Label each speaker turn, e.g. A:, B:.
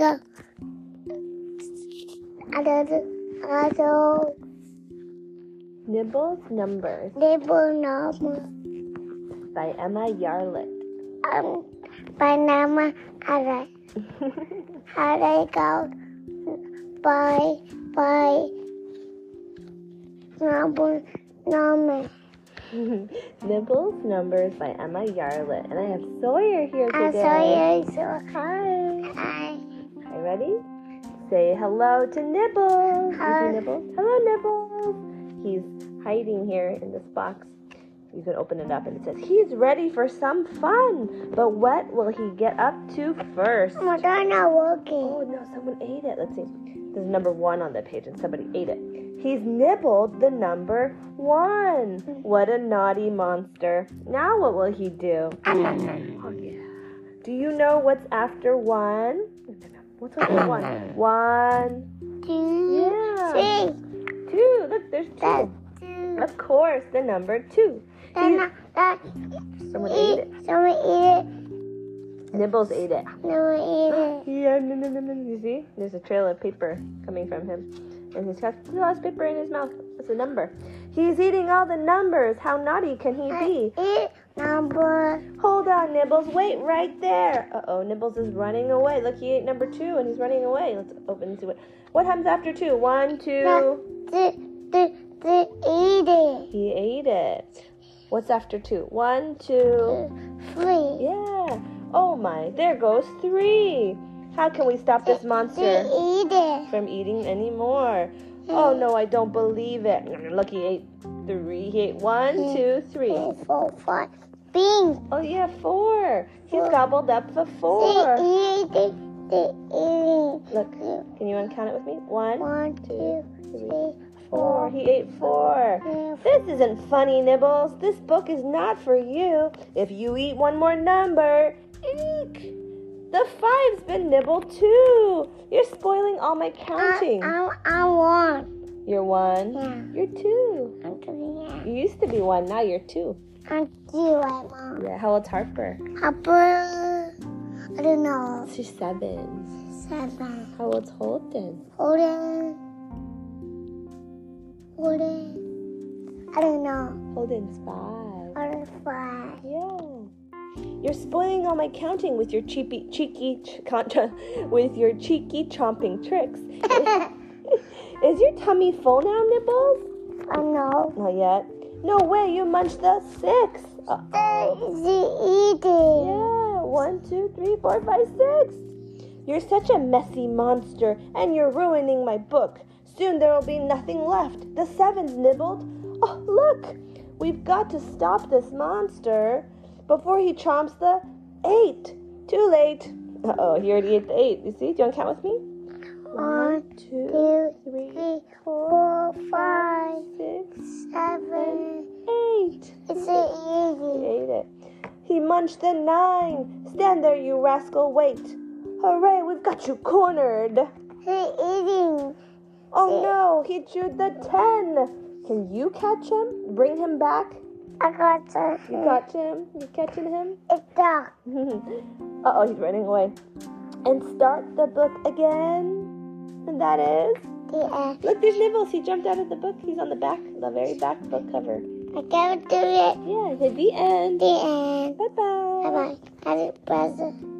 A: 个，அதாவது அதோ
B: Nibble's Numbers
A: நிபுணம்
B: by Emma Yarlett.
A: பனாம அரை அரை கவு பாய் பாய் நாபு- நாம
B: Nibble's Numbers by Emma Yarlett. And I have Sawyer here
A: I
B: today.
A: saw you so
B: Hi.
A: high.
B: Are you ready? Say hello to Nibbles. You see
A: Hi.
B: Nibbles? Hello, Nibbles. He's hiding here in this box. You can open it up and it says, He's ready for some fun, but what will he get up to first?
A: Oh Madonna walking.
B: Oh no, someone ate it. Let's see. There's number one on the page and somebody ate it. He's nibbled the number one. What a naughty monster. Now what will he do? Do you know what's after one? What's after one? One,
A: Two,
B: yeah,
A: three,
B: two. Look, there's
A: that,
B: two.
A: two.
B: Of course, the number two.
A: Then that,
B: Someone ate
A: eat.
B: it.
A: Someone eat it.
B: Nibbles ate it.
A: No, eat it.
B: Yeah, no, no, no, no. You see, there's a trail of paper coming from him, and he's got he has paper in his mouth. It's a number. He's eating all the numbers. How naughty can he be?
A: Eat number.
B: Hold on, Nibbles. Wait right there. Uh oh, Nibbles is running away. Look, he ate number two, and he's running away. Let's open and see what what comes after two. One, two.
A: Th- th- th- eat it.
B: He ate it. What's after two? One, two.
A: Three.
B: Yeah. Oh my, there goes three. How can we stop this monster?
A: Th- eat it.
B: from eating anymore. Oh no, I don't believe it. Look, he ate three. He ate one, two, three.
A: Three, four, five. Bing.
B: Oh yeah, four. He's gobbled up the
A: Th-
B: four.
A: eat it. Th- eat it.
B: Look, can you uncount it with me? One,
A: One, two, three,
B: four.
A: four,
B: He ate four.
A: five.
B: This isn't funny, Nibbles. This book is not for you. If you eat one more number, eek. The five's been nibbled too. You're spoiling all my counting.
A: I'm, I'm one.
B: You're one.
A: Yeah.
B: You're two.
A: I'm doing it.
B: You used to be one. Now you're two.
A: I'm doing mom.
B: Yeah, how old's Harper?
A: Upper, I don't know,
B: She's seven.
A: seven.
B: How old's Holden?
A: Older, older, I don't know,
B: Holden's five.
A: other five.
B: Yeah. You're spoiling all my counting with your cheeky, cheeky, ch- contra, with your cheeky chomping tricks. Is your tummy full now, Nibbles?
A: I know.
B: Not yet. No way, you munched the six. Uh,
A: Easy eating.
B: yeah, one, two, three, four, five, six. You're such a messy monster, and you're ruining my book. Soon there will be nothing left. The seven's nibbled. Oh, look! We've got to stop this monster before he chomps the eight. Too late. Uh oh, he already ate the eight. You see? Do you want to count with me?
A: One,
B: two,
A: two,
B: three,
A: three, four, five,
B: six,
A: seven.
B: eight.
A: It's
B: He
A: easy.
B: ate it. He munched the nine. Stand there, you rascal. Wait. Hooray, we've got you cornered.
A: It's eating.
B: Oh no, he chewed the ten. Can you catch him? Bring him back?
A: I got to.
B: You got him? You catching him?
A: It's dark.
B: uh oh, he's running away. And start the book again. And that is.
A: The end.
B: Look, there's Nibbles. He jumped out of the book. He's on the back, the very back book cover.
A: I gotta do it.
B: Yeah, hit the end.
A: The end.
B: Bye
A: Bye
B: bye.
A: bye. Happy present.